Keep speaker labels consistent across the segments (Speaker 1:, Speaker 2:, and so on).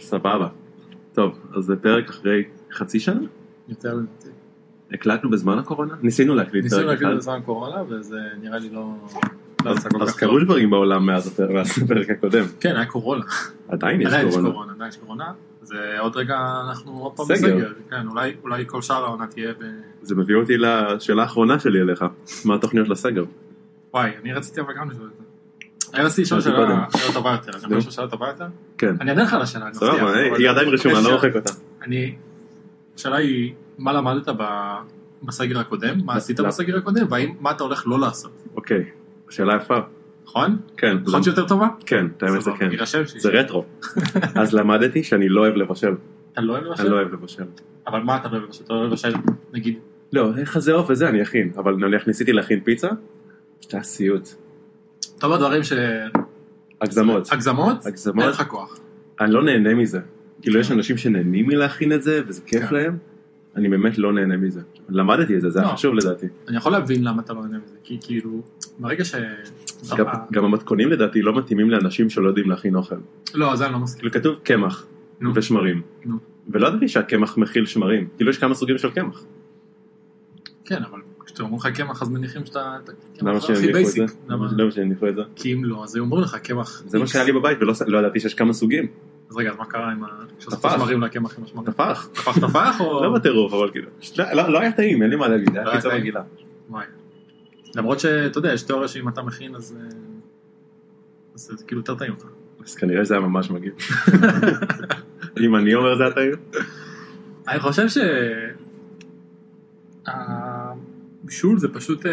Speaker 1: סבבה. טוב, אז זה פרק אחרי חצי שנה?
Speaker 2: יותר לדעתי.
Speaker 1: הקלטנו בזמן הקורונה? ניסינו להקליט
Speaker 2: ניסינו
Speaker 1: פרק
Speaker 2: להגיד
Speaker 1: אחד.
Speaker 2: בזמן קורונה וזה נראה לי לא... לא
Speaker 1: אז-
Speaker 2: יצא כל
Speaker 1: אז
Speaker 2: כך
Speaker 1: קרו
Speaker 2: טוב.
Speaker 1: דברים בעולם מאז הפרק- מאז הפרק הקודם.
Speaker 2: כן, היה קורונה.
Speaker 1: עדיין יש
Speaker 2: עדיין יש
Speaker 1: קורונה.
Speaker 2: קורונה, עדיין יש קורונה. זה עוד רגע אנחנו עוד פעם
Speaker 1: סגר.
Speaker 2: בסגר. כן, אולי- אולי כל שאר העונה תהיה ב...
Speaker 1: זה מביא אותי לשאלה האחרונה שלי אליך. מה התוכניות לסגר?
Speaker 2: וואי, אני רציתי אבל גם לשאול את זה. אני רציתי לשאול
Speaker 1: שאלתי
Speaker 2: שאלה
Speaker 1: קודם.
Speaker 2: שאלה טובה יותר. אני
Speaker 1: נו.
Speaker 2: חושב שאלה טובה יותר?
Speaker 1: כן.
Speaker 2: אני אענה לך על השאלה, אני מבטיח.
Speaker 1: סבבה, אה,
Speaker 2: אבל-
Speaker 1: היא עדיין רשומה,
Speaker 2: יש
Speaker 1: לא
Speaker 2: שאלה.
Speaker 1: מוחק אותה.
Speaker 2: אני... השאלה היא, מה למדת ב- בסגר הקודם? מה עשית
Speaker 1: לא.
Speaker 2: בסגר הקודם? והאם, מה אתה הולך לא לעשות?
Speaker 1: אוקיי, שאלה יפה.
Speaker 2: נכון?
Speaker 1: כן,
Speaker 2: נכון שיותר טובה?
Speaker 1: כן, את האמת זה
Speaker 2: סבבה,
Speaker 1: כן.
Speaker 2: יירשם שיש-
Speaker 1: זה רטרו. אז למדתי שאני לא אוהב לבשל.
Speaker 2: אתה לא אוהב
Speaker 1: אני
Speaker 2: לבשל?
Speaker 1: לא אוהב לבשל.
Speaker 2: אבל מה אתה לא אוהב לבשל? אתה לא אוהב לבשל, נגיד,
Speaker 1: לא, איך זה עוף וזה אני אכין, אבל נניח ניסיתי להכין פיצה, היה סיוט.
Speaker 2: אתה אומר דברים ש...
Speaker 1: הגזמות.
Speaker 2: הגזמות? אין
Speaker 1: הגזמות,
Speaker 2: לך כוח.
Speaker 1: אני לא נהנה מזה. כאילו יש אנשים שנהנים מלהכין את זה, וזה כיף
Speaker 2: כן.
Speaker 1: להם, אני באמת לא נהנה מזה. למדתי את זה, זה היה
Speaker 2: לא.
Speaker 1: חשוב לדעתי.
Speaker 2: אני יכול להבין למה אתה לא נהנה מזה, כי כאילו, ברגע ש...
Speaker 1: גם-
Speaker 2: אה,
Speaker 1: גם המתכונים לדעתי לא מתאימים לאנשים שלא יודעים להכין אוכל.
Speaker 2: לא, זה אני לא מסכים.
Speaker 1: כאילו כתוב קמח
Speaker 2: נו.
Speaker 1: ושמרים.
Speaker 2: נו.
Speaker 1: ולא ידעתי שהקמח מכיל שמרים, כאילו יש כמה סוגים של קמח.
Speaker 2: כן, אבל כשאומרים לך קמח, אז מניחים שאתה... אתה-
Speaker 1: למה
Speaker 2: קמח לא. זה
Speaker 1: שהם
Speaker 2: הכי
Speaker 1: יניחו את זה?
Speaker 2: basic. למה?
Speaker 1: למה שהם יניחו את זה?
Speaker 2: כי אם לא, אז היו אומרים לך קמח.
Speaker 1: זה מה
Speaker 2: X.
Speaker 1: שהיה לי בבית ולא לא ידעתי שיש כמה סוגים.
Speaker 2: אז רגע, אז מה קרה עם ה... כשעשו
Speaker 1: תפח.
Speaker 2: שמרים לקמח עם השמרים?
Speaker 1: טפח.
Speaker 2: תפח תפח או...
Speaker 1: לא בטירוף אבל כאילו. לא- לא לא היה טעים, אין לי מה להגיד, היה
Speaker 2: היה
Speaker 1: פיצה
Speaker 2: טעים.
Speaker 1: רגילה.
Speaker 2: וואי. למרות שאתה יודע, יש תיאוריה שאם אתה מכין אז... אה, אז זה כאילו יותר טעים לך.
Speaker 1: אז כנראה שזה היה ממש מגעיל. אם אני אומר זה היה טעים?
Speaker 2: אני חושב ש... הבישול זה פשוט אה,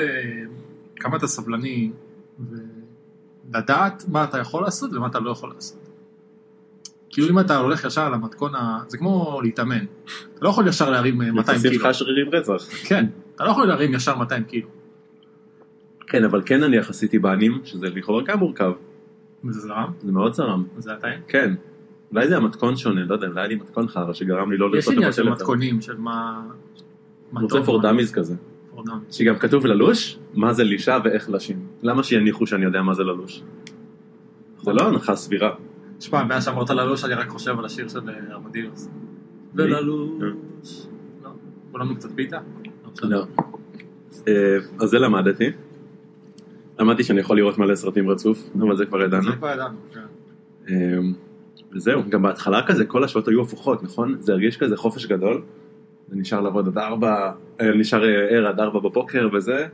Speaker 2: כמה אתה סבלני ולדעת מה אתה יכול לעשות ומה אתה לא יכול לעשות. כאילו אם אתה הולך ישר למתכון, ה- זה כמו להתאמן. אתה לא יכול ישר להרים אה, 200
Speaker 1: יחסים
Speaker 2: קילו.
Speaker 1: לך שרירים רצח.
Speaker 2: כן, אתה לא יכול להרים ישר 200 קילו.
Speaker 1: כן, אבל כן נניח עשיתי בענים, שזה לכאורה גם מורכב,
Speaker 2: זה זרם,
Speaker 1: זה מאוד צרם.
Speaker 2: זה עדיין.
Speaker 1: כן. אולי זה המתכון שונה, לא יודע, אולי היה לי מתכון חרא שגרם לי לא
Speaker 2: יש
Speaker 1: לרצות
Speaker 2: עניין
Speaker 1: לבשל
Speaker 2: של
Speaker 1: יותר.
Speaker 2: מתכונים, של מה... מה
Speaker 1: אני רוצה
Speaker 2: טוב, מה- לא.
Speaker 1: פורדמיז כזה,
Speaker 2: פורדמי.
Speaker 1: שגם כתוב ללוש, מה זה לישה ואיך לשים. למה שיניחו שאני יודע מה זה ללוש? זה לא הנחה סבירה.
Speaker 2: שמע, מאז שאמרת ללוש, אני רק חושב על השיר של אה, ארמדילוס. וללוש. לא. כולנו קצת פיתה?
Speaker 1: לא. אה, אז זה למדתי. למדתי שאני יכול לראות מלא סרטים רצוף, אבל זה כבר ידענו.
Speaker 2: זה כבר ידענו, כן.
Speaker 1: אמ, וזהו, גם בהתחלה כזה, כל השעות היו הפוכות, נכון? זה הרגיש כזה חופש גדול. זה נשאר לעבוד עד ארבע, אה, נשאר אה, ער עד ארבע בבוקר וזה.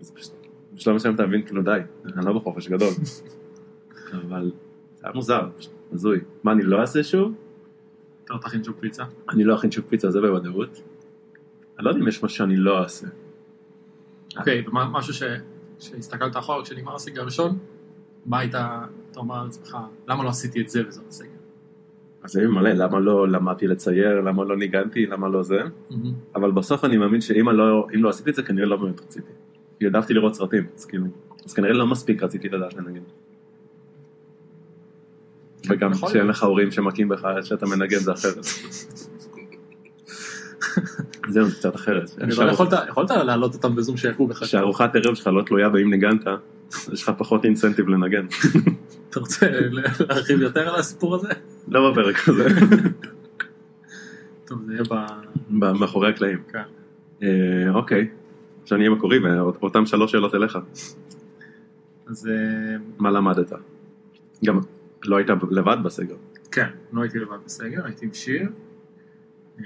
Speaker 1: זה פשוט, בשלב מסוים אתה מבין, כאילו די, אני לא בחופש גדול. אבל זה היה מוזר, פשוט הזוי. מה, אני לא אעשה שוב?
Speaker 2: אתה לא תכין שוב פיצה?
Speaker 1: אני לא אכין שוב פיצה, זה בוודאות. אני לא יודע אם יש משהו שאני לא אעשה.
Speaker 2: אוקיי, ומשהו שהסתכלת אחורה כשנגמר הסגר הראשון, מה היית, אתה אומר לעצמך, למה לא עשיתי את זה וזה בסגר?
Speaker 1: אז זה מלא, למה לא למדתי לצייר, למה לא ניגנתי, למה לא זה. אבל בסוף אני מאמין שאם אני לא, אם לא עשיתי את זה, כנראה לא באמת רציתי. כי העדפתי לראות סרטים, אז כאילו, אז כנראה לא מספיק רציתי לדעת לנגן. וגם
Speaker 2: יכול
Speaker 1: כשאין
Speaker 2: להיות.
Speaker 1: לך הורים שמכים בך, שאתה מנגן זה אחרת. זהו, זה קצת אחרת.
Speaker 2: אבל יכולת- יכולת להעלות אותם בזום שיקרו בך.
Speaker 1: כשארוחת ערב שלך לא תלויה באם ניגנת, יש לך פחות אינסנטיב לנגן.
Speaker 2: אתה רוצה ל- להרחיב יותר על הסיפור הזה?
Speaker 1: לא בפרק הזה,
Speaker 2: טוב, זה יהיה ב...
Speaker 1: ב- מאחורי הקלעים.
Speaker 2: כן.
Speaker 1: אה, אוקיי, עכשיו אני אהיה מקורי, ואותם שלוש שאלות אליך.
Speaker 2: אז אה,
Speaker 1: מה למדת? גם לא היית לבד בסגר.
Speaker 2: כן, לא הייתי לבד בסגר, הייתי עם שיר. אה,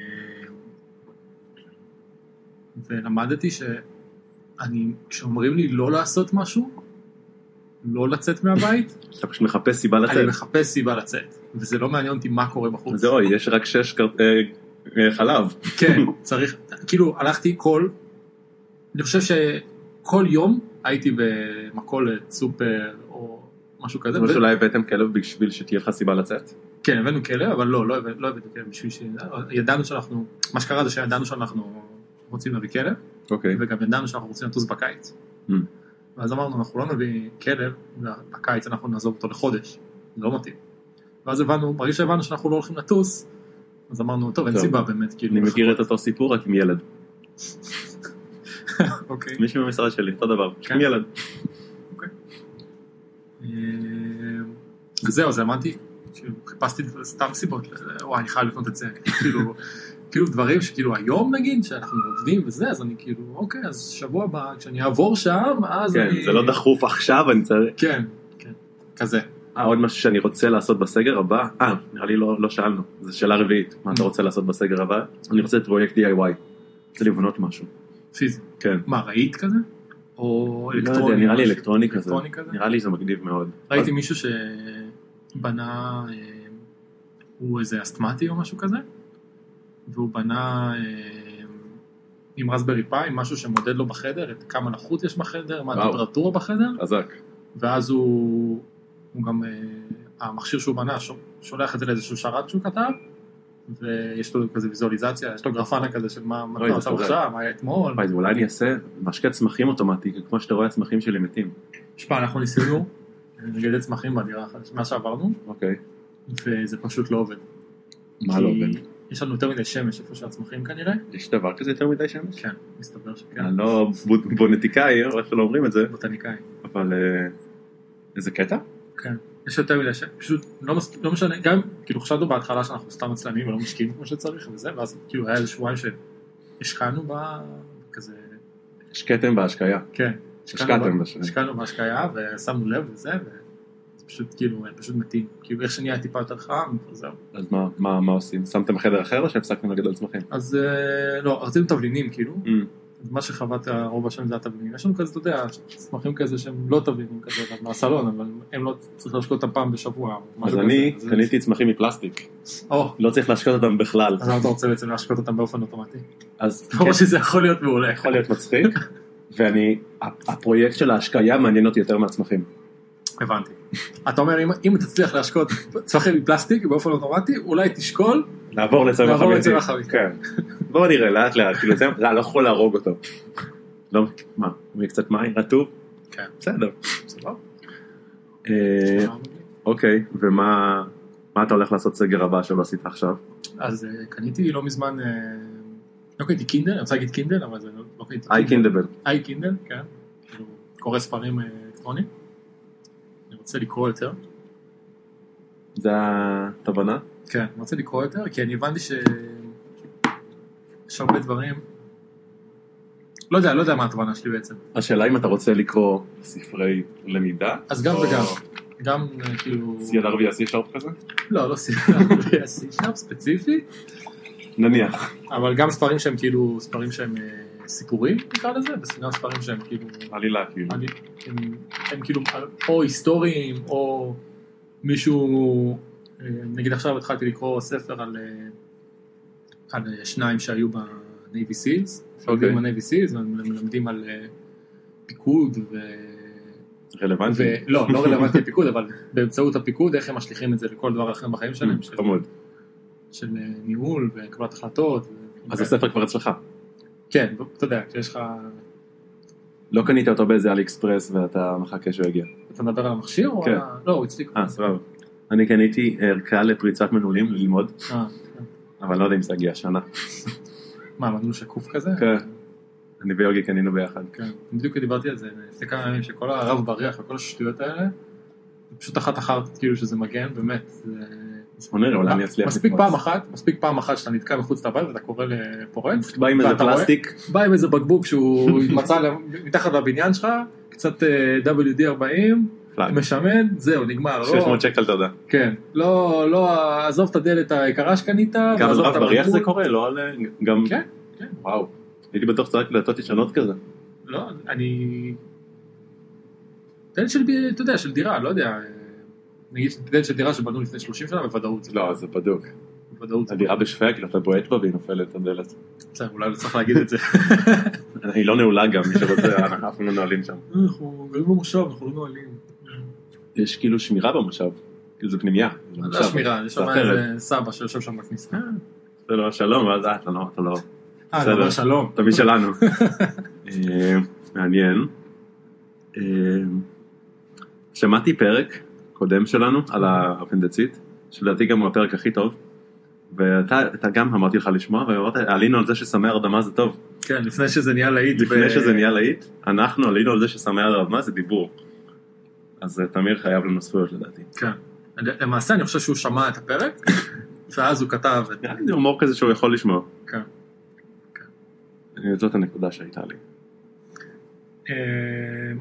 Speaker 2: ולמדתי שאני, כשאומרים לי לא לעשות משהו, לא לצאת מהבית,
Speaker 1: אתה פשוט מחפש סיבה
Speaker 2: אני
Speaker 1: לצאת.
Speaker 2: מחפש סיבה לצאת. וזה לא מעניין אותי מה קורה בחוץ.
Speaker 1: זה אוי, יש רק שש קרט... אה, אה, חלב.
Speaker 2: כן, צריך, כאילו הלכתי כל, אני חושב שכל יום הייתי במכולת, סופר, או משהו כזה.
Speaker 1: אבל
Speaker 2: ו-
Speaker 1: שאולי הבאתם כלב בשביל שתהיה לך סיבה לצאת.
Speaker 2: כן, הבאנו כלב, אבל לא, לא הבאנו לא הבאנו כלב בשביל ש... ידענו שאנחנו, מה שקרה זה שידענו שאנחנו רוצים להביא כלב,
Speaker 1: אוקיי.
Speaker 2: וגם ידענו שאנחנו רוצים לטוס בקיץ.
Speaker 1: Mm.
Speaker 2: ואז אמרנו, אנחנו לא נביא כלב, בקיץ אנחנו נעזוב אותו לחודש, זה לא מתאים. ואז הבנו, ברגע שהבנו שאנחנו לא הולכים לטוס, אז אמרנו, טוב, אין
Speaker 1: טוב.
Speaker 2: סיבה באמת, כאילו,
Speaker 1: אני מכיר את אותו סיפור רק עם ילד.
Speaker 2: אוקיי.
Speaker 1: מישהו במשרד שלי, אותו דבר.
Speaker 2: כן.
Speaker 1: עם ילד.
Speaker 2: אה, אז זהו, אז למדתי ש- כאילו, חיפשתי סתם סיבות, וואי, אני חייב לקנות את זה, כאילו, כאילו דברים שכאילו היום נגיד, שאנחנו עובדים וזה, אז אני כאילו, אוקיי, אז שבוע הבא, כשאני אעבור שם, אז
Speaker 1: כן,
Speaker 2: אני...
Speaker 1: זה לא דחוף עכשיו, אני צריך...
Speaker 2: כן, כן, כזה.
Speaker 1: אה, עוד משהו שאני רוצה לעשות בסגר הבא? אה, נראה לי לא לא שאלנו, זו שאלה רביעית, מה אתה רוצה לעשות בסגר הבא? אני רוצה את פרויקט DIY. רוצה לבנות משהו.
Speaker 2: פיזי.
Speaker 1: כן.
Speaker 2: מה, ראית כזה? או
Speaker 1: לא
Speaker 2: אלקטרוני?
Speaker 1: יודע, נראה לי
Speaker 2: משהו?
Speaker 1: אלקטרוני כזה.
Speaker 2: אלקטרוני כזה?
Speaker 1: נראה לי זה מגניב מאוד.
Speaker 2: ראיתי מישהו שבנה, אה, הוא איזה אסטמטי או משהו כזה, והוא בנה אה, עם רסברי פאי, משהו שמודד לו בחדר, את כמה לחות יש בחדר, מה
Speaker 1: וואו.
Speaker 2: הטמפרטורה בחדר,
Speaker 1: חזק.
Speaker 2: ואז הוא, הוא גם, אה, המכשיר שהוא בנה, ש- שולח את זה לאיזשהו שרת שהוא כתב, ויש לו כזה ויזואליזציה, יש לו גרפנה כזה של מה מה
Speaker 1: אוי,
Speaker 2: אתה
Speaker 1: זה
Speaker 2: עושה
Speaker 1: חזק.
Speaker 2: עכשיו, מה היה אתמול.
Speaker 1: וואי, אז אולי אני אעשה משקה צמחים אוטומטי, כמו שאתה רואה הצמחים שלי מתים.
Speaker 2: שמע, אנחנו ניסינו לגדל צמחים בדירה, החדשה, מה שעברנו,
Speaker 1: אוקיי.
Speaker 2: וזה פשוט לא עובד.
Speaker 1: מה
Speaker 2: כי
Speaker 1: לא עובד?
Speaker 2: יש לנו יותר מדי שמש איפה שהצמחים כנראה,
Speaker 1: יש דבר כזה יותר מדי שמש?
Speaker 2: כן, מסתבר שכן,
Speaker 1: אני לא ב- בונטיקאי, או איך שלא אומרים את זה,
Speaker 2: בוטניקאי,
Speaker 1: אבל אה, איזה קטע?
Speaker 2: כן. יש יותר מדי שמש, פשוט לא, מס... לא משנה, גם כאילו חשבנו בהתחלה שאנחנו סתם עצלנים ולא משקיעים כמו שצריך וזה, ואז כאילו היה איזה שבועיים שהשקענו ב... כזה,
Speaker 1: השקעתם בהשקיה.
Speaker 2: כן,
Speaker 1: השקעתם
Speaker 2: ב-
Speaker 1: בהשקיה.
Speaker 2: השקענו בהשקיה ושמנו לב וזה, וזה פשוט כאילו, הם פשוט מתים, כאילו איך שנהיה טיפה יותר חם, זהו.
Speaker 1: אז מה- מה מה עושים? שמתם חדר אחר או שהפסקתם לגדל צמחים?
Speaker 2: אז אה, לא, רצינו תבלינים כאילו,
Speaker 1: אמ,
Speaker 2: אז מה שחוות הרוב השם זה התבלינים. יש לנו כזה, אתה יודע, צמחים כזה שהם לא תבלינים כזה, אבל מהסלון, אבל הם לא צריך להשקות אותם פעם בשבוע. או
Speaker 1: אז
Speaker 2: משהו
Speaker 1: אני
Speaker 2: כזה.
Speaker 1: קניתי צמחים מפלסטיק.
Speaker 2: או,
Speaker 1: לא צריך להשקות אותם בכלל.
Speaker 2: אז למה אתה רוצה בעצם להשקות אותם באופן אוטומטי?
Speaker 1: אז כן,
Speaker 2: למרות שזה יכול להיות מעולה.
Speaker 1: יכול להיות מצחיק. ואני, ה- הפרויקט של ההשקיה מעניין אותי יותר מהצמחים.
Speaker 2: הבנתי. אתה אומר, אם- אם תצליח להשקות צמחים מפלסטיק באופן אוטומטי, אולי תשקול,
Speaker 1: נעבור לצמח
Speaker 2: נעבור
Speaker 1: אמיתי.
Speaker 2: לצמח החביב.
Speaker 1: כן. בואו נראה לאט לאט, כאילו זה, לא, לא יכול להרוג אותו. לא, מה, הוא יהיה קצת מים רטוב?
Speaker 2: כן.
Speaker 1: בסדר.
Speaker 2: סבבה.
Speaker 1: אה, אוקיי, ומה מה אתה הולך לעשות סגר הבא שלא עשית עכשיו?
Speaker 2: אז אה, קניתי לא מזמן, אה, לא קניתי קינדל, אני רוצה להגיד קינדל, אבל זה לא לא קניתי.
Speaker 1: איי קינדבל.
Speaker 2: איי קינדל, כן, כאילו קורא ספרים אה, אלקטרונים. אני רוצה לקרוא יותר.
Speaker 1: זה התובנה?
Speaker 2: כן, אני רוצה לקרוא יותר, כי אני הבנתי ש... יש הרבה דברים. לא יודע, לא יודע מה התובנה שלי בעצם.
Speaker 1: השאלה אם אתה רוצה לקרוא ספרי למידה?
Speaker 2: אז גם
Speaker 1: או
Speaker 2: וגם. גם אה, כאילו...
Speaker 1: CLR ו-C שרפ כזה?
Speaker 2: לא, לא סיידר, סיידר ספציפי,
Speaker 1: נניח.
Speaker 2: אבל גם ספרים שהם כאילו, ספרים שהם אה, סיפורים נקרא לזה, וגם ספרים שהם כאילו,
Speaker 1: עלילה כאילו.
Speaker 2: אני- הם, הם כאילו או היסטוריים או מישהו, אה, נגיד עכשיו התחלתי לקרוא ספר על, אה, על אה, שניים שהיו בנייבי סילס,
Speaker 1: אוקיי.
Speaker 2: שעובדים בנייבי סילס, הם מלמדים על אה, פיקוד ו...
Speaker 1: רלוונטי.
Speaker 2: ו- לא, לא רלוונטי לפיקוד, אבל באמצעות הפיקוד, איך הם משליכים את זה לכל דבר אחר בחיים
Speaker 1: Mm,
Speaker 2: שלהם, של-
Speaker 1: חמוד.
Speaker 2: של אה, ניהול וקבלת החלטות. ו-
Speaker 1: אז הספר כבר אצלך.
Speaker 2: כן, אתה יודע, כשיש לך,
Speaker 1: לא קנית אותו באיזה אלי אקספרס ואתה מחכה שהוא יגיע.
Speaker 2: אתה מדבר על המכשיר או
Speaker 1: כן.
Speaker 2: על ה... לא, הוא אצלי.
Speaker 1: אה, סבבה. אני קניתי אה, ערכה לפריצת מנעולים ללמוד,
Speaker 2: אה,
Speaker 1: אבל לא יודע אם זה יגיע השנה.
Speaker 2: מה, מנעול שקוף כזה?
Speaker 1: כן. אני ויוגי קנינו ביחד.
Speaker 2: כן, בדיוק דיברתי על זה לפני כמה ימים, שכל הרב בריח וכל השטויות האלה, זה פשוט אחת אחת כאילו שזה מגן, באמת. זה-
Speaker 1: אז בוא נראה, אולי אני אצליח
Speaker 2: מספיק פעם אחת, מספיק פעם אחת שאתה נתקע מחוץ לבית ואתה קורא לפורץ,
Speaker 1: בא עם איזה
Speaker 2: ואתה רואה?
Speaker 1: פלסטיק,
Speaker 2: בא עם איזה בקבוק שהוא מצא למ- מתחת לבניין שלך, קצת אה, WD-40,
Speaker 1: פלאג.
Speaker 2: משמן, זהו, נגמר, לא-
Speaker 1: 600 שקל תודה.
Speaker 2: כן, לא, לא, עזוב את הדלת היקרה שקנית,
Speaker 1: גם על
Speaker 2: ועזוב
Speaker 1: רב
Speaker 2: את
Speaker 1: בריח
Speaker 2: הבקבוק.
Speaker 1: זה קורה, לא על... גם...
Speaker 2: כן, כן.
Speaker 1: וואו. הייתי בטוח שזה רק דלתות ישנות כזה.
Speaker 2: לא, אני... דלת של, ב- אתה יודע, של דירה, לא יודע. נגיד דלת של דירה שבנו לפני 30 שנה, בוודאות. זה-
Speaker 1: לא, זה בדוק.
Speaker 2: בוודאות. זה-
Speaker 1: הדירה בשפיה, כאילו אתה בועט בה והיא נופלת הדלת.
Speaker 2: בסדר, אולי לא צריך להגיד את זה.
Speaker 1: היא לא נעולה גם, מי שרוצה, אנחנו אף פעם לא נועלים שם.
Speaker 2: אנחנו גרים במושב, אנחנו לא נועלים.
Speaker 1: יש כאילו שמירה במושב. כאילו זה פנימייה. זה
Speaker 2: זה
Speaker 1: מושב.
Speaker 2: השמירה, יש שם
Speaker 1: זה אחרת.
Speaker 2: איזה סבא שיושב שם בכניסה.
Speaker 1: זה לא שלום, ואז אה, אתה לא, אתה לא,
Speaker 2: אה, אתה
Speaker 1: בסדר.
Speaker 2: אומר שלום.
Speaker 1: אתה משלנו. אה, מעניין. אה, שמעתי פרק קודם שלנו על האפנדצית, שלדעתי גם הוא הפרק הכי טוב, ואתה אתה גם אמרתי לך לשמוע, ואמרת, עלינו על זה שסמי הרדמה זה טוב.
Speaker 2: כן, לפני שזה נהיה להיט.
Speaker 1: לפני
Speaker 2: ו-
Speaker 1: שזה נהיה להיט, אנחנו עלינו על זה שסמי הרדמה זה דיבור. אז אה, תמיר חייב לנו זכויות לדעתי.
Speaker 2: כן. למעשה אני חושב שהוא שמע את הפרק, ואז הוא כתב את...
Speaker 1: נראה לי זה הומור כזה שהוא יכול לשמוע.
Speaker 2: כן.
Speaker 1: אה, זאת הנקודה שהייתה לי.
Speaker 2: אה,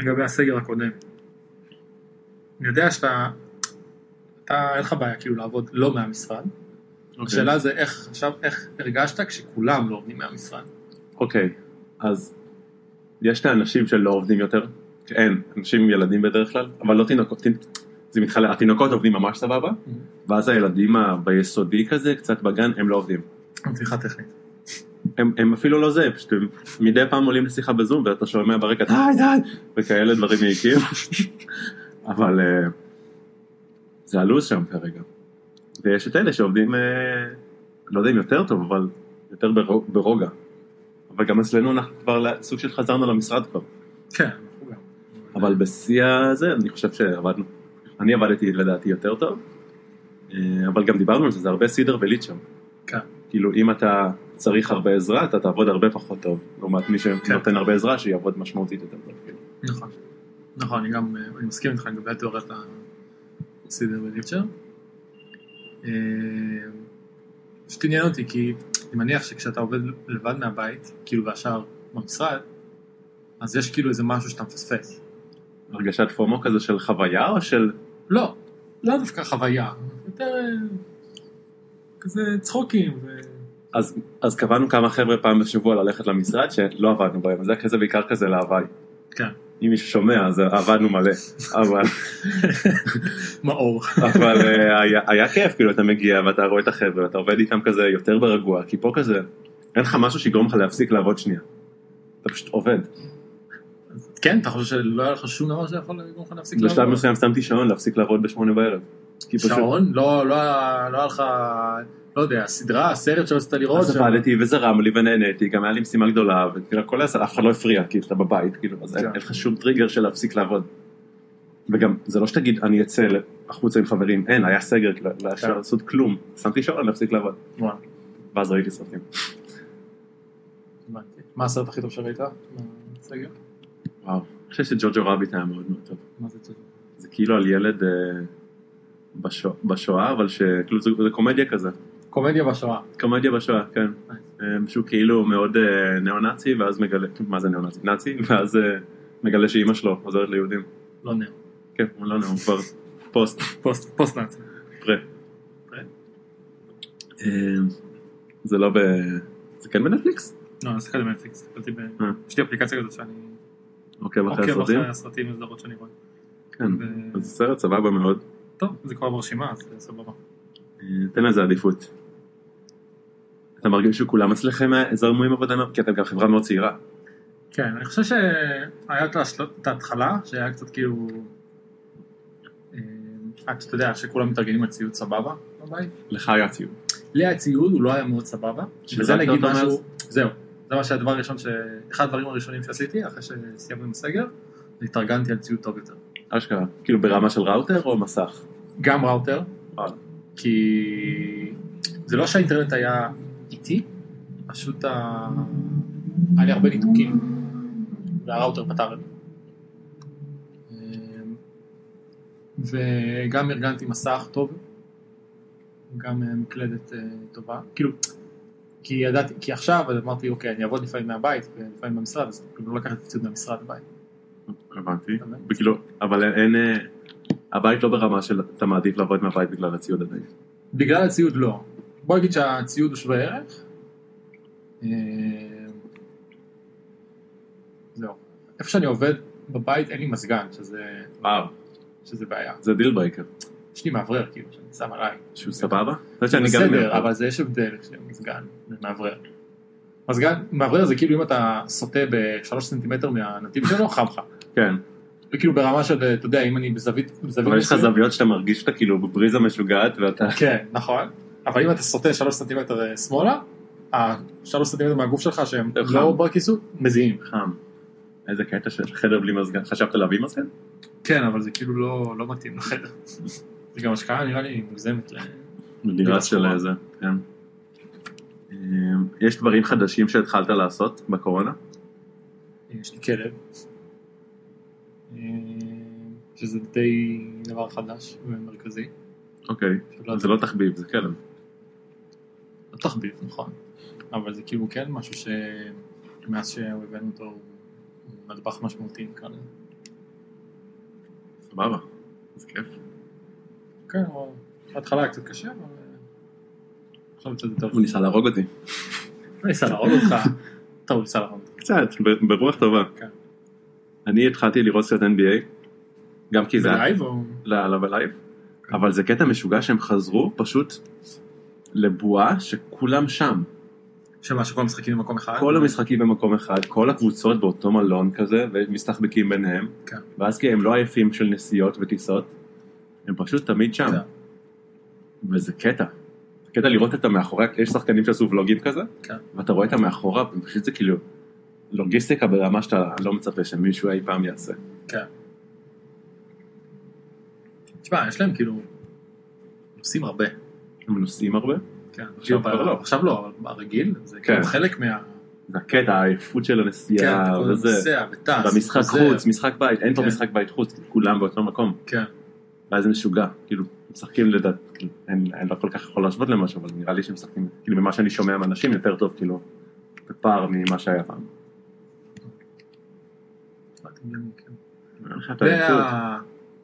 Speaker 2: לגבי הסגר הקודם. אני יודע שאתה, אתה, אין לך בעיה כאילו לעבוד לא מהמשרד. השאלה זה איך, עכשיו, איך הרגשת כשכולם לא עובדים מהמשרד?
Speaker 1: אוקיי, אז יש את האנשים שלא עובדים יותר, אין, אנשים עם ילדים בדרך כלל, אבל לא תינוקות, תינ- זה מתחלק, התינוקות עובדים ממש סבבה, ואז הילדים ה- ביסודי כזה, קצת בגן, הם לא עובדים.
Speaker 2: צריכה טכנית.
Speaker 1: הם, הם אפילו לא זה, הם פשוט הם מדי פעם עולים לשיחה בזום ואתה שומע ברקע די די וכאלה דברים מעיקים, אבל אה, זה הלו"ז שם כרגע. ויש את אלה שעובדים, אה, לא יודע אם יותר טוב, אבל יותר ברו- ברוגע. אבל גם אצלנו אנחנו כבר ל- סוג של חזרנו למשרד כבר,
Speaker 2: כן, אנחנו גם.
Speaker 1: אבל בשיא הזה אני חושב שעבדנו, אני עבדתי לדעתי יותר טוב, אה, אבל גם דיברנו על זה, זה הרבה סידר וליד שם.
Speaker 2: כן.
Speaker 1: כאילו אם אתה צריך הרבה עזרה אתה תעבוד הרבה פחות טוב לעומת מי שנותן
Speaker 2: כן.
Speaker 1: הרבה עזרה שיעבוד משמעותית יותר טוב. כאילו.
Speaker 2: נכון. נכון, אני גם, אה, אני מסכים איתך לגבי תיאוריית הסידר וליצ'ר. אה, פשוט עניין אותי, כי אני מניח שכשאתה עובד לבד מהבית, כאילו והשאר במשרד, אז יש כאילו איזה משהו שאתה מפספס.
Speaker 1: הרגשת פומו כזה של חוויה או של
Speaker 2: לא, לא דווקא חוויה, יותר אה, כזה צחוקים. ו...
Speaker 1: אז, אז קבענו כמה חבר'ה פעם בשבוע ללכת למשרד שלא עבדנו בהם אז זה כזה בעיקר כזה להוואי.
Speaker 2: כן.
Speaker 1: אם מישהו שומע אז עבדנו מלא אבל
Speaker 2: מאור.
Speaker 1: אבל אה, היה, היה כיף כאילו אתה מגיע ואתה רואה את החבר'ה ואתה עובד איתם כזה יותר ברגוע כי פה כזה אין לך משהו שיגרום לך להפסיק לעבוד שנייה. אתה פשוט עובד.
Speaker 2: כן, אתה חושב שלא היה לך שום דבר שיכול לגרום לך להפסיק
Speaker 1: בשלב מסוים שמתי שעון להפסיק לעבוד בשמונה בערב. כי פשוט-
Speaker 2: שעון? לא, לא, לא היה לך, לא יודע, סדרה, סרט שרצית לראות?
Speaker 1: אז
Speaker 2: ש-
Speaker 1: עבדתי וזרם לי ונהניתי, גם היה לי משימה גדולה, וכאילו הכל היה סדר, אף אחד לא הפריע, כאילו אתה בבית, כאילו, אז אין
Speaker 2: כן.
Speaker 1: אין לך שום טריגר של להפסיק לעבוד. וגם, זה לא שתגיד, אני אצא החוצה עם חברים, אין, היה סגר, כאילו, לא אפשר
Speaker 2: כן.
Speaker 1: לעשות כלום, שמתי שעון להפסיק לעבוד,
Speaker 2: וואי,
Speaker 1: ואז ראיתי סרטים.
Speaker 2: הבנתי. מה הסרט הכי טוב שראית? בסגר?
Speaker 1: וואו, אני חושב שג'וג'ו רביט היה מאוד מאוד טוב.
Speaker 2: מה זה טוב?
Speaker 1: זה כאילו על ילד אה, בשוע- בשואה, אבל שכאילו זה זה קומדיה כזה,
Speaker 2: קומדיה בשואה.
Speaker 1: קומדיה בשואה, כן. אה, שהוא כאילו מאוד אה, ניאו-נאצי, ואז מגלה, מה זה ניאו-נאצי? נאצי, ואז אה, מגלה שאימא שלו עוזרת ליהודים.
Speaker 2: לא נאו.
Speaker 1: כן, הוא לא נאום, כבר פוסט.
Speaker 2: פוסט, פוסט נאצי.
Speaker 1: פרה.
Speaker 2: פרה?
Speaker 1: אה, זה לא ב... זה כן בנטפליקס?
Speaker 2: לא, אני הסתכלתי בנטפליקס, הסתכלתי ב...
Speaker 1: אה.
Speaker 2: יש לי אפליקציה כזאת שאני
Speaker 1: עוקב אחרי
Speaker 2: עוקב
Speaker 1: הסרטים?
Speaker 2: אחרי הסרטים וסדרות שאני רואה.
Speaker 1: כן.
Speaker 2: ו-
Speaker 1: אז סרט סבבה מאוד.
Speaker 2: טוב, זה כבר ברשימה, אז סבבה.
Speaker 1: אה, תן לזה עדיפות. אתה מרגיש שכולם אצלכם אה, זרמו עם עבודה? כי אתם גם חברה מאוד צעירה.
Speaker 2: כן, אני חושב שהיה את ההשל- את ההתחלה, שהיה קצת כאילו... אה, אתה יודע, שכולם מתארגנים לציוד סבבה בבית.
Speaker 1: לך היה ציוד.
Speaker 2: לי היה ציוד, הוא לא היה מאוד סבבה.
Speaker 1: שדרגת
Speaker 2: וזה נגיד
Speaker 1: אותו
Speaker 2: משהו, זהו. זה מה שהדבר הראשון, ש... אחד הדברים הראשונים שעשיתי, אחרי שסיימנו עם הסגר, זה התארגנתי על ציוד טוב יותר.
Speaker 1: אשכרה. כאילו ברמה של ראוטר או מסך?
Speaker 2: גם ראוטר,
Speaker 1: וואלה.
Speaker 2: כי זה לא שהאינטרנט היה איטי, פשוט ה... היה לי הרבה ניתוקים, והראוטר פתר את זה. אמ, וגם ארגנתי מסך טוב, גם אה, מקלדת אה, טובה, כאילו, כי ידעתי, כי עכשיו אז אמרתי, אוקיי, אני אעבוד לפעמים מהבית ולפעמים במשרד, אז כאילו לא לקחתי ציוד מהמשרד לבית.
Speaker 1: הבנתי.
Speaker 2: אתה מבין?
Speaker 1: וכאילו, אבל אין- אין... אה, הבית לא ברמה של אתה מעדיף לעבוד מהבית בגלל הציוד עדיין.
Speaker 2: בגלל הציוד לא. בוא נגיד שהציוד הוא שווה ערך. אה, זהו. איפה שאני עובד בבית אין לי מזגן, שזה,
Speaker 1: וואו.
Speaker 2: שזה בעיה.
Speaker 1: זה דיל בייקר.
Speaker 2: יש לי מאוורר כאילו שאני שם עליי.
Speaker 1: שהוא סבבה? אתה יודע שאני כן, גם-
Speaker 2: בסדר, אבל זה יש הבדל כשמזגן ומאוורר. מזגן, מאוורר זה כאילו אם אתה סוטה בשלוש סנטימטר מהנתיב שלו, חם לך.
Speaker 1: כן.
Speaker 2: וכאילו ברמה של, אתה יודע, אם אני בזווית, בזווית
Speaker 1: אבל יש לך
Speaker 2: מסוימת-
Speaker 1: זוויות שאתה מרגיש שאתה כאילו בבריזה משוגעת ואתה
Speaker 2: כן, נכון. אבל אם אתה סוטה 3 סנטימטר אה, שמאלה, ה-3 סנטימטר מהגוף שלך שהם
Speaker 1: הם
Speaker 2: לא
Speaker 1: חם.
Speaker 2: בכיסוי, מזיעים.
Speaker 1: חם. איזה קטע של חדר בלי מזגן. חשבת להביא מזגן?
Speaker 2: כן, אבל זה כאילו לא, לא מתאים לחדר. זה גם השקעה נראה לי מוגזמת. ל-
Speaker 1: בדירה של
Speaker 2: שחורה.
Speaker 1: איזה, כן. אמ, יש דברים חדשים שהתחלת לעשות בקורונה?
Speaker 2: יש לי כלב. אה, שזה די דבר חדש ומרכזי.
Speaker 1: אוקיי.
Speaker 2: שלא-
Speaker 1: זה לא תחביב, זה כלב.
Speaker 2: לא תחביב, נכון. אבל זה כאילו כן משהו שמאז שהוא הבאנו אותו הוא הוא נדבך משמעותי כאן.
Speaker 1: סבבה. זה כיף.
Speaker 2: כן, אבל בהתחלה היה קצת קשה, אבל אה, עכשיו קצת יותר.
Speaker 1: הוא ניסה להרוג אותי.
Speaker 2: הוא ניסה להרוג אותך. טוב, הוא ניסה להרוג אותך.
Speaker 1: קצת, ב- ברוח טובה.
Speaker 2: כן.
Speaker 1: אני התחלתי לראות סרט NBA, גם כי זה...
Speaker 2: בלייב כן. או...
Speaker 1: ל- ל- בלייב, אבל זה קטע משוגע שהם חזרו פשוט לבועה שכולם שם.
Speaker 2: שמה, שכל המשחקים במקום אחד?
Speaker 1: כל המשחקים במקום אחד, כל הקבוצות באותו מלון כזה, ומסתחבקים ביניהם,
Speaker 2: כן.
Speaker 1: ואז כי הם לא עייפים של נסיעות וטיסות, הם פשוט תמיד שם.
Speaker 2: כן.
Speaker 1: וזה קטע. זה קטע לראות את המאחורי, יש שחקנים שעשו ולוגים כזה,
Speaker 2: כן.
Speaker 1: ואתה רואה את המאחורה, ופשוט זה כאילו לוגיסטיקה ברמה שאתה לא מצפה שמישהו אי פעם יעשה.
Speaker 2: כן. תשמע, יש להם כאילו... עושים הרבה.
Speaker 1: הם נוסעים הרבה,
Speaker 2: כן.
Speaker 1: עכשיו כבר
Speaker 2: אבל-
Speaker 1: לא.
Speaker 2: עכשיו לא, אבל ברגיל זה כאילו
Speaker 1: כן.
Speaker 2: חלק מה...
Speaker 1: זה הקטע, העייפות של
Speaker 2: כן,
Speaker 1: הנסיעה,
Speaker 2: אתה כל הזמן
Speaker 1: וזה.
Speaker 2: נוסע וטס.
Speaker 1: במשחק
Speaker 2: וחוזר.
Speaker 1: חוץ, משחק בית, אין פה
Speaker 2: כן.
Speaker 1: משחק בית חוץ, כולם באותו מקום,
Speaker 2: כן.
Speaker 1: ואז זה משוגע, כאילו, משחקים לדעת, כאילו, אני אני לא כל כך יכול להשוות למשהו, אבל נראה לי שהם משחקים, כאילו, ממה שאני שומע מאנשים יותר טוב, כאילו, בפער ממה שהיה פעם. אתה
Speaker 2: זה
Speaker 1: יודע, כאילו,
Speaker 2: היה-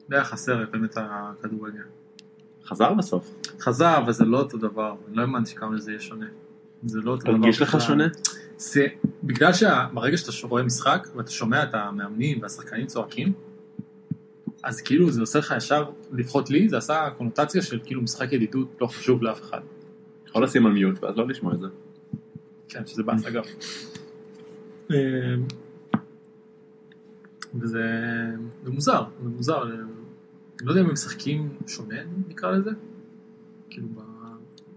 Speaker 2: זה היה כן. חסר באמת הכדורגל.
Speaker 1: חזר בסוף,
Speaker 2: חזר, אבל זה לא אותו דבר, אני לא האמנתי כמה זה יהיה שונה. זה לא אותו דבר.
Speaker 1: תרגיש לך
Speaker 2: בכלל.
Speaker 1: שונה?
Speaker 2: זה, בגלל שברגע שאתה ש- רואה משחק ואתה שומע את המאמנים והשחקנים צועקים, אז כאילו זה עושה לך ישר, לפחות לי, זה עשה קונוטציה של כאילו משחק ידידות לא חשוב לאף אחד.
Speaker 1: יכול לשים על מיוט ואז לא לשמוע את זה.
Speaker 2: כן, שזה באס אגב. אה, וזה זה מוזר, זה מוזר. אה, אני לא יודע אם הם משחקים שונה, נקרא לזה. כאילו, ב...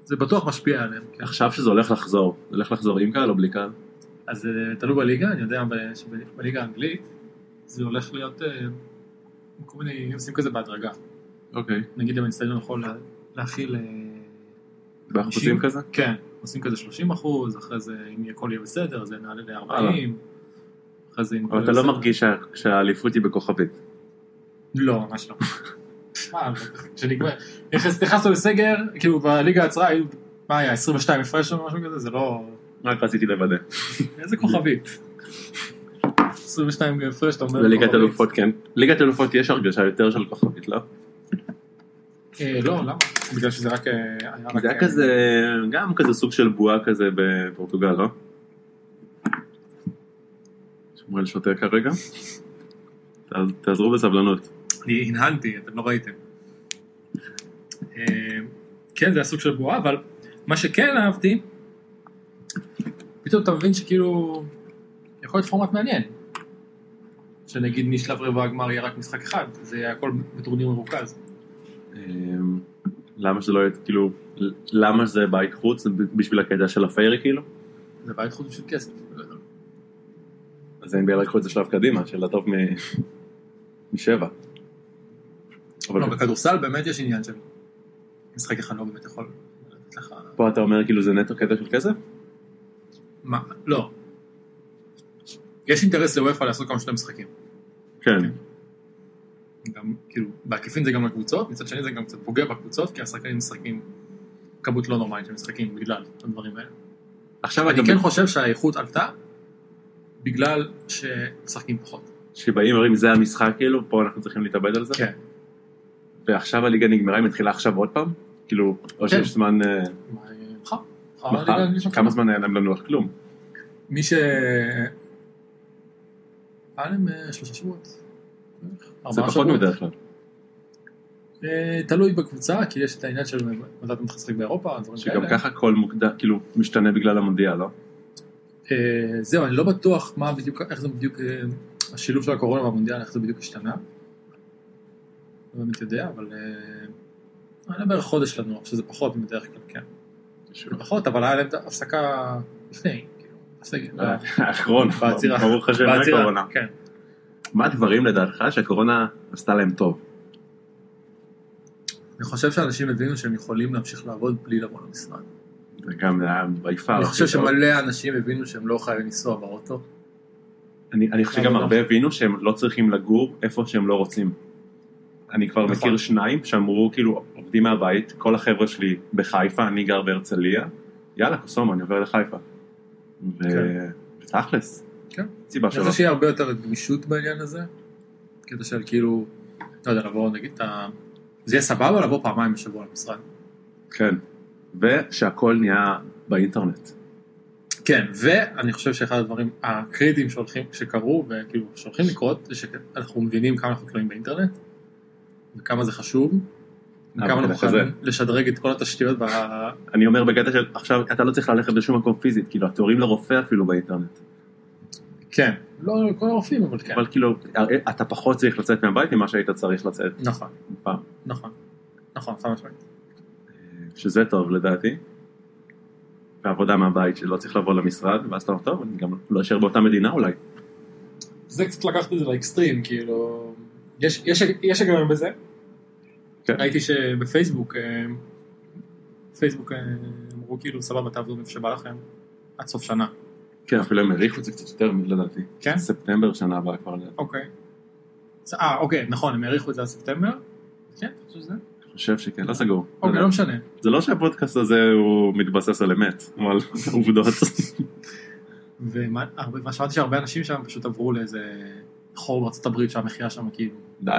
Speaker 2: זה בטוח משפיע עליהם. כן.
Speaker 1: עכשיו שזה הולך לחזור, זה הולך לחזור עם קהל או בלי קהל?
Speaker 2: אז אה, תלוי בליגה, אני יודע ב- שבליגה האנגלית זה הולך להיות אה, כל מיני, עושים כזה בהדרגה.
Speaker 1: אוקיי.
Speaker 2: נגיד אם האינסטדיון יכול לה- להכיל... אה,
Speaker 1: באחוזים כזה?
Speaker 2: כן, עושים כזה 30 אחוז, אחרי זה אם הכל יהיה בסדר, אז זה נעלה ל-40. אחרי זה אם הכל
Speaker 1: אבל אתה
Speaker 2: יהיה
Speaker 1: לא
Speaker 2: בסדר-
Speaker 1: מרגיש שה- שהאליפות היא בכוכבית.
Speaker 2: לא, ממש לא. מה, כשנגמר, נכנס- נכנסנו לסגר, כאילו בליגה עצרה, היו- מה היה, 22 הפרש או משהו כזה, זה לא...
Speaker 1: רק רציתי לוודא.
Speaker 2: איזה כוכבית. 22 הפרש, אתה אומר...
Speaker 1: לליגת
Speaker 2: כוכבית.
Speaker 1: אלופות כן. ליגת אלופות יש הרגשה יותר של כוכבית, לא?
Speaker 2: אה, לא, למה? בגלל שזה רק... אה, היה רק,
Speaker 1: זה
Speaker 2: אה,
Speaker 1: היה כזה, גם כזה סוג של בועה כזה בפורטוגל, לא? שמואל שותה כרגע? תעז- תעזרו בסבלנות.
Speaker 2: אני הנהנתי, אתם לא ראיתם. אה, כן, זה היה סוג של בועה, אבל מה שכן אהבתי, פתאום אתה מבין שכאילו, יכול להיות פורמט מעניין. שנגיד משלב רבע הגמר יהיה רק משחק אחד, זה יהיה הכל בטורניר מרוכז.
Speaker 1: אמ, למה שזה לא יהיה, כאילו, למה זה בית חוץ? זה בשביל הקטע של הפיירי כאילו?
Speaker 2: זה בית חוץ בשביל כסף.
Speaker 1: אז NBA לקחו את זה שלב קדימה, של הטוב מ- משבע. אבל
Speaker 2: לא, בכדורסל באמת יש עניין של משחק אחד לא באמת יכול לתת לך...
Speaker 1: פה אתה אומר כאילו זה נטו קטע של כסף?
Speaker 2: מה? לא. יש אינטרס לוופא לעשות כמה שיותר משחקים.
Speaker 1: כן.
Speaker 2: גם, כאילו, בעקיפין זה גם לקבוצות, מצד שני זה גם קצת פוגע בקבוצות, כי השחקנים משחקים כמות לא נורמלית של משחקים בגלל הדברים האלה.
Speaker 1: עכשיו
Speaker 2: אני
Speaker 1: אתה
Speaker 2: כן חושב שהאיכות עלתה בגלל שמשחקים פחות.
Speaker 1: שבאים ואומרים זה המשחק כאילו, פה אנחנו צריכים להתאבד על זה?
Speaker 2: כן.
Speaker 1: ועכשיו הליגה נגמרה, היא מתחילה עכשיו עוד פעם? כאילו, או
Speaker 2: כן.
Speaker 1: שיש זמן אה,
Speaker 2: מה, אה, מחר? אה, מחר
Speaker 1: מחר?
Speaker 2: הליגה האנגלית
Speaker 1: כמה
Speaker 2: מתחילה.
Speaker 1: זמן היה להם לנוח? כלום.
Speaker 2: מי ש... היה להם אה, שלושה שבועות.
Speaker 1: זה
Speaker 2: ארבעה
Speaker 1: פחות
Speaker 2: שבועות.
Speaker 1: מבדרך כלל.
Speaker 2: אה, תלוי בקבוצה, כי יש את העניין של מדד המשחק באירופה, דברים כאלה.
Speaker 1: שגם ככה כל מוקדם, כאילו, משתנה בגלל המונדיאל, לא?
Speaker 2: אה, זהו, אני לא בטוח מה בדיוק, איך זה בדיוק, אה, השילוב של הקורונה והמונדיאל, איך זה בדיוק השתנה. לא באמת יודע, אבל... אה, היה בערך חודש לנו, שזה פחות בדרך כלל, כן. זה פחות, אבל היה להם את ההפסקה לפני, כאילו, הסגר,
Speaker 1: לא, הקורונה,
Speaker 2: בעצירה.
Speaker 1: ברוך השם, היה
Speaker 2: בעצירה,
Speaker 1: קורונה.
Speaker 2: כן.
Speaker 1: מה הדברים לדעתך שהקורונה עשתה להם טוב?
Speaker 2: אני חושב שאנשים הבינו שהם יכולים להמשיך לעבוד בלי לבוא למשרד.
Speaker 1: זה גם אה, היה בעיפה.
Speaker 2: אני חושב שמלא אנשים הבינו שהם לא חייבים לנסוע באוטו.
Speaker 1: אני אני חושב שגם הרבה הבינו שהם לא צריכים לגור איפה שהם לא רוצים. אני כבר
Speaker 2: נכון.
Speaker 1: מכיר שניים שאמרו כאילו עובדים מהבית, כל החבר'ה שלי בחיפה, אני גר בהרצליה, יאללה קוסומו אני עובר לחיפה.
Speaker 2: כן.
Speaker 1: ותכלס,
Speaker 2: כן.
Speaker 1: סיבה
Speaker 2: אני
Speaker 1: שלא.
Speaker 2: חושב שיהיה הרבה יותר גמישות בעניין הזה. קטע של כאילו, לא יודע, לבוא נגיד את ה... זה יהיה סבבה לבוא פעמיים בשבוע למשרד.
Speaker 1: כן. ושהכל נהיה באינטרנט.
Speaker 2: כן, ואני חושב שאחד הדברים הקריטיים שהולכים, שקרו וכאילו שהולכים לקרות, זה שאנחנו מבינים כמה אנחנו תלויים באינטרנט, וכמה זה חשוב, וכמה
Speaker 1: אבל
Speaker 2: אנחנו
Speaker 1: כזה.
Speaker 2: חייבים לשדרג את כל התשתיות ב...
Speaker 1: אני אומר בקטע של עכשיו אתה לא צריך ללכת לשום מקום פיזית, כאילו התורים לרופא אפילו באינטרנט.
Speaker 2: כן, לא כל הרופאים, אבל כן.
Speaker 1: אבל כאילו אתה פחות צריך לצאת מהבית ממה שהיית צריך לצאת
Speaker 2: נכון,
Speaker 1: פעם.
Speaker 2: נכון, נכון, חד משמעית.
Speaker 1: שזה טוב לדעתי. בעבודה מהבית שלא צריך לבוא למשרד, ואז אתה אומר טוב, אני גם לא אשאר באותה מדינה אולי.
Speaker 2: זה קצת לקחת את זה לאקסטרים, כאילו... יש- יש יש היגיון בזה.
Speaker 1: כן.
Speaker 2: ראיתי שבפייסבוק, אה, פייסבוק אה, אמרו כאילו סבבה תעבדו מאיפה שבא לכם, עד סוף שנה.
Speaker 1: כן, אפילו הם האריכו את זה קצת יותר לדעתי.
Speaker 2: כן?
Speaker 1: ספטמבר שנה הבאה כבר, אני
Speaker 2: אוקיי. אז- אה, אוקיי, נכון, הם האריכו את זה עד ספטמבר? כן, אני חושב שזה.
Speaker 1: חושב שכן, לא סגור.
Speaker 2: אוקיי, לא משנה.
Speaker 1: זה לא שהפודקאסט הזה הוא מתבסס על אמת, או על עובדות.
Speaker 2: ומה הרבה- מה שמעתי שהרבה אנשים שם פשוט עברו לאיזה חור בארצות הברית שהמחיה שם כאילו,
Speaker 1: די.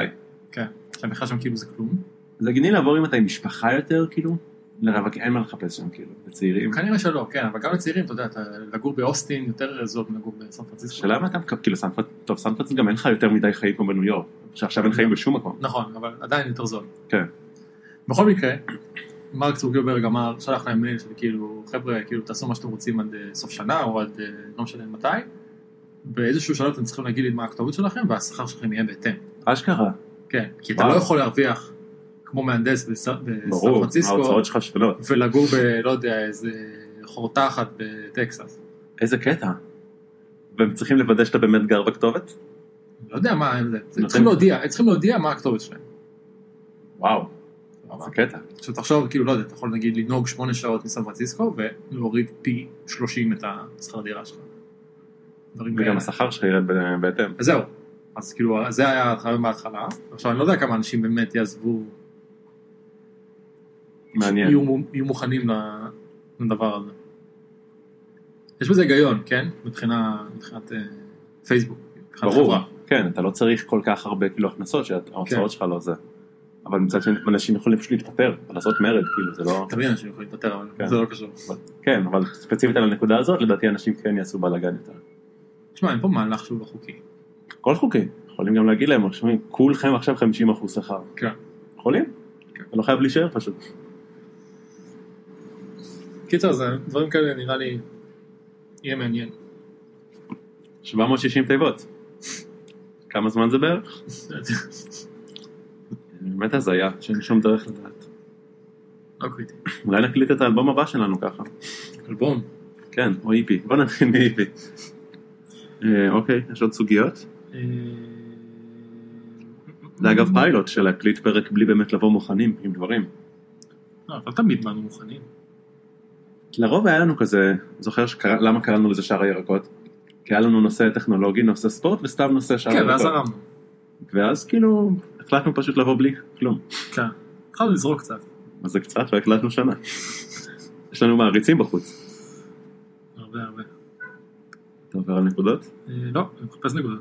Speaker 2: שהמחיה שם כאילו זה כלום.
Speaker 1: זה גניב לעבור אם אתה עם משפחה יותר, כאילו, לרווק אין מה לחפש שם, כאילו, לצעירים.
Speaker 2: כנראה שלא, כן, אבל גם לצעירים, אתה יודע, אתה- לגור באוסטין יותר זול מלגור בסן פרנסיסקו.
Speaker 1: השאלה מה אתה מקבל, כאילו, סן פרנסיסקו, טוב, סן פרנסיסקו גם אין לך יותר מדי חיים כמו בניו יורק, שעכשיו אין חיים בשום מקום.
Speaker 2: נכון, אבל עדיין יותר זול.
Speaker 1: כן.
Speaker 2: בכל מקרה, מרק צוקרברג אמר, שלח להם מייל של כאילו, חבר'ה, כאילו תעשו מה שאתם רוצים עד אה, סוף שנה או עד אה, לא משנה מתי. באיזשהו שלב אתם צריכים להגיד לי מה הכתובת שלכם והשכר שלכם יהיה בהתאם.
Speaker 1: אשכרה,
Speaker 2: כן, כי אתה
Speaker 1: וואו.
Speaker 2: לא יכול להרוויח כמו מהנדס בסן בסן
Speaker 1: ברור,
Speaker 2: פרנסיסקו
Speaker 1: ההוצאות שלך שונות.
Speaker 2: ולגור ב... לא יודע, איזה חורטה אחת בטקסס.
Speaker 1: איזה קטע. והם צריכים לוודא שאתה באמת גר בכתובת?
Speaker 2: לא יודע מה, הם זה-
Speaker 1: נותן-
Speaker 2: צריכים להודיע, צריכים להודיע מה הכתובת שלהם.
Speaker 1: וואו, זה קטע.
Speaker 2: עכשיו תחשוב, כאילו, לא יודע, אתה יכול נגיד לנהוג שמונה שעות מסן פרנסיסקו ולהוריד פי 30 את השכר דירה שלך. דברים כאלה.
Speaker 1: וגם השכר שלך ירד ב- בהתאם.
Speaker 2: אז זהו. אז כאילו, זה היה הרעיון בהתחלה. עכשיו, אני לא יודע כמה אנשים באמת יעזבו,
Speaker 1: מעניין.
Speaker 2: יהיו מו- יהיו מוכנים ל- לדבר הזה. יש בזה היגיון, כן? מבחינה- מבחינת אה, פייסבוק. מבחינת
Speaker 1: ברור,
Speaker 2: חברה.
Speaker 1: כן, אתה לא צריך כל כך הרבה כאילו הכנסות שההוצאות שלך לא זה. אבל מצד שני, אנשים יכולים פשוט להתפטר, לעשות מרד, כאילו, זה לא...
Speaker 2: תמיד אנשים יכולים להתפטר, אבל
Speaker 1: כן.
Speaker 2: זה לא קשור.
Speaker 1: כן, אבל ספציפית על הנקודה הזאת, לדעתי אנשים כן יעשו בלאגן יותר.
Speaker 2: תשמע, אין פה מהלך שהוא לא חוקי.
Speaker 1: כל חוקי, יכולים גם להגיד להם, עכשיו, כולכם עכשיו 50% שכר.
Speaker 2: כן.
Speaker 1: יכולים?
Speaker 2: כן.
Speaker 1: אתה לא חייב להישאר פשוט.
Speaker 2: קיצר, זה- דברים כאלה נראה לי יהיה מעניין.
Speaker 1: 760 תיבות. כמה זמן זה בערך? באמת הזיה, שאין שום דרך לדעת.
Speaker 2: לא קריטי.
Speaker 1: אולי נקליט את האלבום הבא שלנו ככה.
Speaker 2: אלבום.
Speaker 1: כן, או איפי. בוא נתחיל מאיפי. אה, אוקיי, יש עוד סוגיות?
Speaker 2: אה,
Speaker 1: זה אגב פיילוט של להקליט פרק בלי באמת לבוא מוכנים עם דברים.
Speaker 2: לא, אבל תמיד באנו מוכנים.
Speaker 1: לרוב היה לנו כזה, זוכר שקרא, למה קראנו לזה שער הירקות? כי היה לנו נושא טכנולוגי, נושא ספורט וסתם נושא שער
Speaker 2: כן, ואז
Speaker 1: הירקות.
Speaker 2: הרמנו.
Speaker 1: ואז כאילו החלטנו פשוט לבוא בלי כלום.
Speaker 2: כן. התחלנו לזרוק קצת.
Speaker 1: אז זה קצת והקלטנו שנה. יש לנו מעריצים בחוץ.
Speaker 2: הרבה הרבה.
Speaker 1: אתה עובר על נקודות?
Speaker 2: אה, לא, אני מחפש נקודות.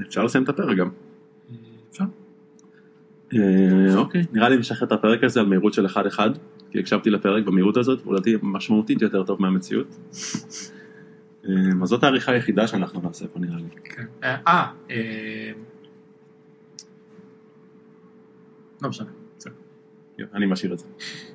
Speaker 1: אפשר לסיים את הפרק גם.
Speaker 2: אה, אפשר?
Speaker 1: אה, אוקיי, נראה לי נשחרר את הפרק הזה על מהירות של 1-1, כי הקשבתי לפרק במהירות הזאת, ואולי משמעותית יותר טוב מהמציאות. אה, אז זאת העריכה היחידה שאנחנו נעשה פה נראה לי.
Speaker 2: כן. אה, אה, אה, לא משנה. לא
Speaker 1: יופי, אני משאיר את זה.